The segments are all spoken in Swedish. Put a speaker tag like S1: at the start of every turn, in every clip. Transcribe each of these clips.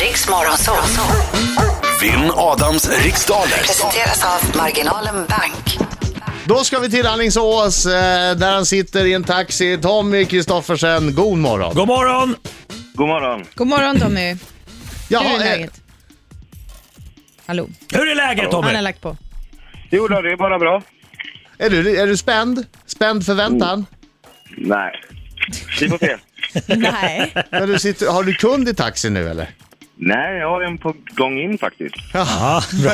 S1: Riks Morgonzoo.
S2: Vinn Adams riksdaler.
S1: Presenteras av Marginalen Bank.
S3: Då ska vi till Alingsås eh, där han sitter i en taxi. Tommy Kristoffersen, god morgon.
S4: God morgon!
S5: God morgon.
S6: God morgon Tommy. Hur är läget? Hallå?
S4: Hur är läget Tommy?
S6: Han har lagt på.
S5: Jo då, det är bara bra.
S3: är, är, du, är du spänd? Spänd förväntan?
S5: Nej. Vi får se.
S6: Nej.
S3: Men du sitter, har du kund i taxin nu eller?
S5: Nej, jag har en på gång in faktiskt.
S4: Ja, bra.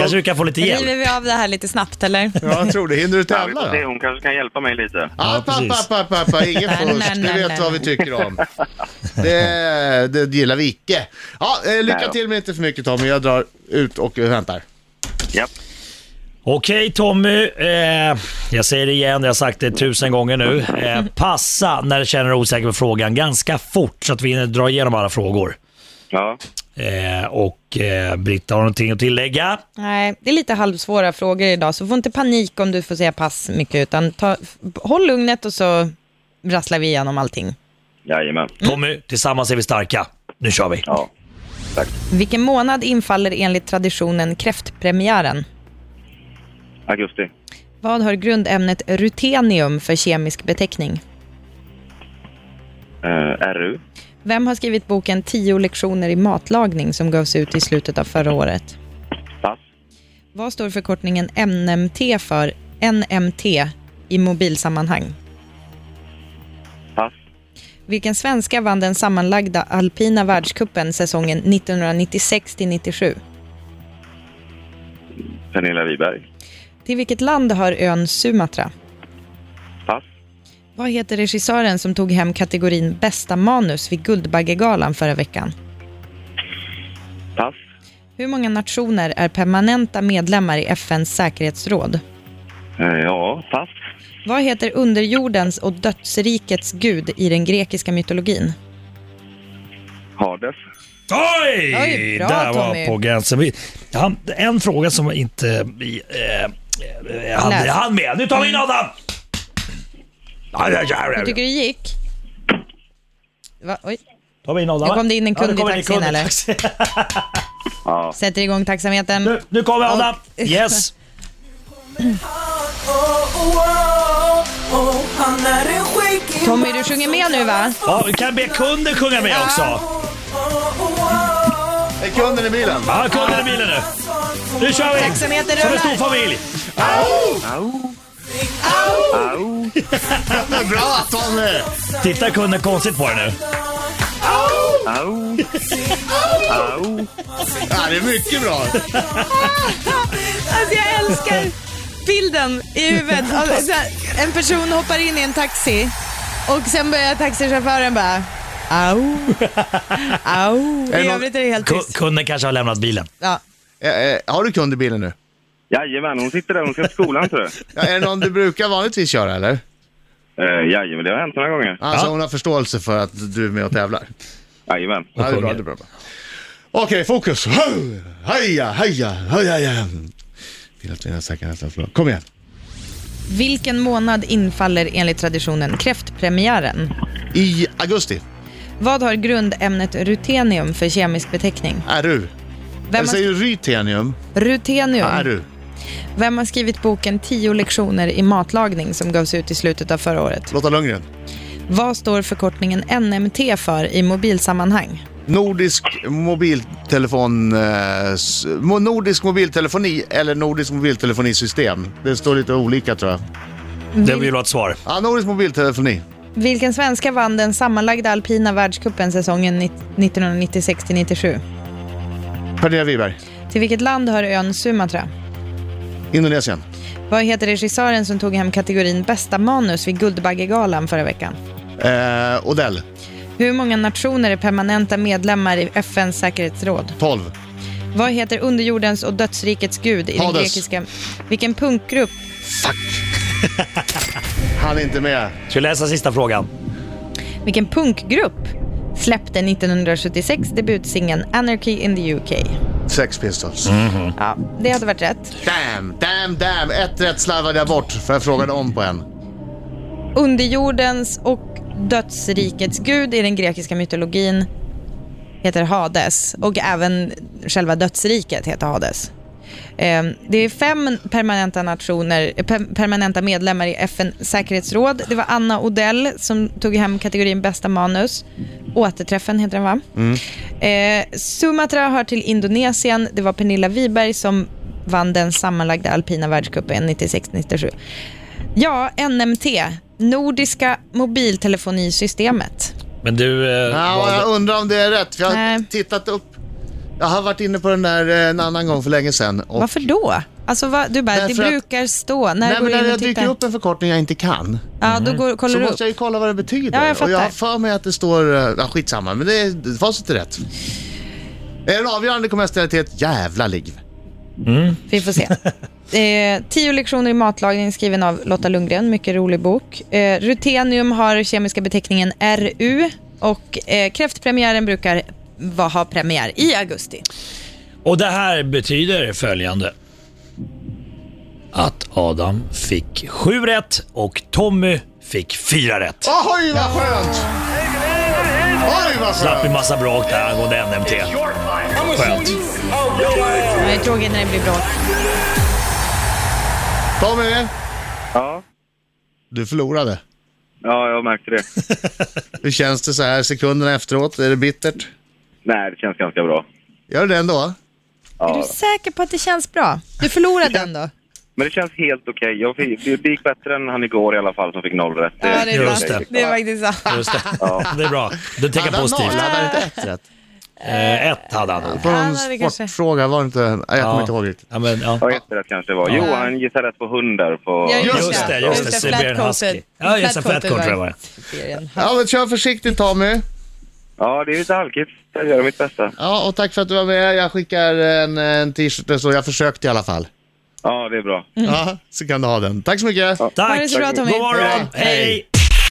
S4: Kanske du kan få lite hjälp.
S6: River vi av det här lite snabbt eller?
S3: Ja, jag tror det. Hinner du
S5: Ja, vi får
S3: tävla
S5: se,
S3: då?
S5: hon kanske kan hjälpa mig lite.
S4: Ja,
S3: App, app,
S4: precis.
S3: app, app, app, app. Inget
S6: Nej,
S3: fusk.
S6: nej,
S3: Du
S6: nej,
S3: vet
S6: nej,
S3: vad vi
S6: nej.
S3: tycker om. Det, det gillar vi icke. Ja, eh, lycka
S5: Nej då.
S3: till men inte för mycket Tommy. Jag drar ut och väntar.
S5: Ja.
S4: Okej Tommy, eh, jag säger det igen, jag har sagt det tusen gånger nu. Eh, passa när du känner dig osäker på frågan ganska fort så att vi hinner dra igenom alla frågor.
S5: Ja.
S4: Eh, och eh, Britta har någonting att
S6: Mm.
S4: tillägga.
S6: Nej, det är lite halvsvåra frågor idag så få inte panik om du får säga pass mycket utan ta, håll lugnet och så rasslar vi igenom allting.
S5: Jajamän.
S4: Tommy, tillsammans är vi starka. Nu kör vi.
S5: Ja. Tack.
S6: Vilken månad infaller enligt traditionen kräftpremiären?
S5: Augusti.
S6: Vad har grundämnet rutenium för kemisk beteckning?
S5: Eh, RU.
S6: Vem har skrivit boken 10 lektioner i matlagning som gavs ut i slutet av förra året?
S5: Pass.
S6: Vad står förkortningen NMT för? NMT i mobilsammanhang.
S5: Pass.
S6: Vilken svenska vann den sammanlagda alpina världscupen säsongen 1996 till 97?
S5: Pernilla Wiberg.
S6: Till vilket land hör ön Sumatra?
S5: Pass.
S6: Vad heter regissören som tog hem kategorin bästa manus vid Guldbaggegalan förra veckan?
S5: Pass.
S6: Hur många nationer är permanenta medlemmar i FNs säkerhetsråd?
S5: Eh, ja, pass.
S6: Vad heter underjordens och dödsrikets gud i den grekiska mytologin?
S5: Hades.
S4: Oj!
S6: Oj, bra,
S4: Där var
S6: Tommy.
S4: på gränsen. Vi- Han, en fråga som inte vi eh, eh, hann
S6: Läs.
S4: han med. Nu tar vi in Adam! Aj, aj, aj,
S6: Hur
S4: aj.
S6: Mm. tycker du det gick? Va? Oj,
S4: Tar vi in Adam?
S6: Nu kom det in en
S4: Ja, nu
S6: kund i
S4: kom det in en
S6: taxin,
S4: kund i
S6: eller?
S4: taxin.
S5: Ja.
S6: sätter igång tacksamheten.
S4: Nu, nu kommer Adam!
S6: Och-
S4: Yes!
S6: Tommy, du sjunger med nu va?
S4: Ja, vi kan be kunden sjunga med också.
S3: Är kunden i bilen?
S4: Ja, kunden i bilen nu. Nu kör vi!
S6: Tacksamheten
S4: Som en stor
S6: rullar.
S4: familj.
S5: Au.
S3: Bra Tommy!
S4: Titta kunden konstigt på det nu.
S5: Au. Au.
S3: Ja, det är mycket bra.
S6: Alltså jag älskar bilden i huvudet. av- så här, En person hoppar in i en taxi och sen börjar taxichauffören bara Au, au.
S3: det
S6: I
S3: någon-
S6: övrigt är det helt
S4: Ku-
S6: tyst.
S4: Kunden kanske har lämnat bilen.
S6: Ja.
S3: Eh, eh, Har du kund i bilen nu?
S5: Jajamän, hon sitter där. Hon ska till skolan, tror jag.
S3: Ja, är det någon du brukar vanligtvis köra eller?
S5: Eh, jajamän, det har hänt några gånger.
S3: Alltså
S4: Ja.
S3: hon har förståelse för att du är med och tävlar.
S5: Jajamän.
S3: Ja, det är bra,
S4: sjunger.
S3: det är bra. bra. Okej, fokus. Ho! Heja, heja, heja, heja. Vill att mina säkra nästan förlåt. Kom igen.
S6: Vilken månad infaller enligt traditionen kräftpremiären?
S3: I augusti.
S6: Vad har grundämnet rutenium för kemisk beteckning?
S3: RU.
S6: Vem
S3: Jag
S6: har,
S3: säger rytenium.
S6: rutenium.
S3: RU.
S6: Vem har skrivit boken 10 lektioner i matlagning som gavs ut i slutet av förra året?
S3: Lotta Lundgren.
S6: Vad står förkortningen NMT för i mobilsammanhang?
S3: Nordisk mobiltelefon... Eh, s- mo- nordisk mobiltelefoni eller nordisk mobiltelefonisystem. Det står lite olika tror jag.
S6: Mm.
S4: Det vill ha ett svar.
S3: Ja, nordisk mobiltelefoni.
S6: Vilken svenska vann den sammanlagda alpina världscupen säsongen 1996-97?
S3: Pernilla Wiberg.
S6: Till vilket land hör ön Sumatra?
S3: Indonesien.
S6: Vad heter regissören som tog hem kategorin bästa manus vid Guldbaggegalan förra veckan?
S3: Eh, Odell.
S6: Hur många nationer är permanenta medlemmar i FNs säkerhetsråd?
S3: 12.
S6: Vad heter underjordens och dödsrikets gud i den
S3: Hades.
S6: grekiska... Vilken punkgrupp?
S3: Han är inte med.
S4: Ska vi läsa sista frågan?
S6: Vilken punkgrupp släppte 1976 debutsingen Anarchy in the UK?
S3: Sex Pistols.
S6: Ja, det hade varit rätt.
S3: Damn, damn, damn. Ett rätt slarvade jag bort för jag frågade om på en.
S6: Underjordens och dödsrikets gud i den grekiska mytologin heter Hades och även själva dödsriket heter Hades. Eh, Det är fem permanenta, nationer, eh, per- permanenta medlemmar i FN säkerhetsråd. Det var Anna Odell som tog hem kategorin bästa manus. Återträffen heter den va? Eh, Sumatra hör till Indonesien. Det var Pernilla Wiberg som vann den sammanlagda alpina världscupen 96-97. Ja, NMT. Nordiska mobiltelefonisystemet.
S4: Men du... Eh,
S3: Ja,
S4: valde-
S3: jag undrar om det är rätt, för jag har
S6: Nej.
S3: tittat upp. Jag har varit inne på den där eh, en annan gång för länge sedan. Och,
S6: Varför då? Alltså, vad- du bara, det
S3: Därför att-
S6: brukar stå. När
S3: nej,
S6: går
S3: men
S6: du
S3: när
S6: in
S3: jag
S6: och
S3: dyker
S6: tittar?
S3: upp en förkortning jag inte kan,
S6: Ja, då går, kollar
S3: så
S6: du upp.
S3: måste jag ju kolla vad det betyder.
S6: Ja, jag
S3: och jag har
S6: fattar.
S3: för mig att det står... eh, Ja, skitsamma, men det är facit är rätt. Är den avgörande kommer jag ställa till ett jävla liv.
S6: Vi får se. Eh, tio lektioner i matlagning skriven av Lotta Lundgren, mycket rolig bok. Eh, rutenium har kemiska beteckningen RU och eh, kräftpremiären brukar va- ha premiär i augusti.
S4: Och det här betyder följande. Att Adam fick sju rätt och Tommy fick fyra rätt.
S3: Oj, vad skönt! Oj, vad
S4: Slapp en
S3: skönt!
S4: massa bråk där angående NMT. Skönt.
S6: Det är tråkigt när det blir bråk.
S3: Tommy,
S5: Ja,
S3: du förlorade.
S5: ja jag märkte det.
S3: Hur känns det så här sekunderna efteråt? Är det bittert?
S5: Nej, det känns ganska bra.
S3: Gör det ändå?
S6: Är
S5: Ja.
S6: du säker på att det känns bra? Du förlorade ändå.
S5: Men det känns helt okej. Jag fick- Det gick bättre än han igår i alla fall som fick noll rätt.
S6: Ja, det är
S4: Just
S6: bra.
S4: det.
S6: Det är faktiskt sant.
S4: Just det. det är bra. Du tänker
S3: Hade han noll?
S4: positivt.
S3: Hade han inte ett rätt?
S4: Eh, ett hade han nog.
S3: På
S6: Ja,
S3: någon
S6: det hade kanske-
S3: sportfråga var det inte... Nej, jag kommer inte ihåg riktigt.
S4: Ja, men, ja.
S5: Ja, ett rätt kanske det var. Jo, han gissade rätt på hund där på...
S6: Ja,
S4: Just det, just det. Siberian Husky. Ja, just det. Flatcoat tror jag var det.
S6: Siberian.
S3: Ja, men kör försiktigt Tommy.
S5: Ja, det är lite halkigt. Jag gör mitt bästa.
S3: Ja, och tack för att du var med. Jag skickar en, en t-shirt eller så. Jag försökte i alla fall.
S5: Ja, det är bra.
S6: Mm.
S3: Ja, så kan du ha den. Tack så mycket.
S4: Tack!
S6: Ha det så bra, Tommy.
S4: God morgon!
S3: Hej.
S4: Hej!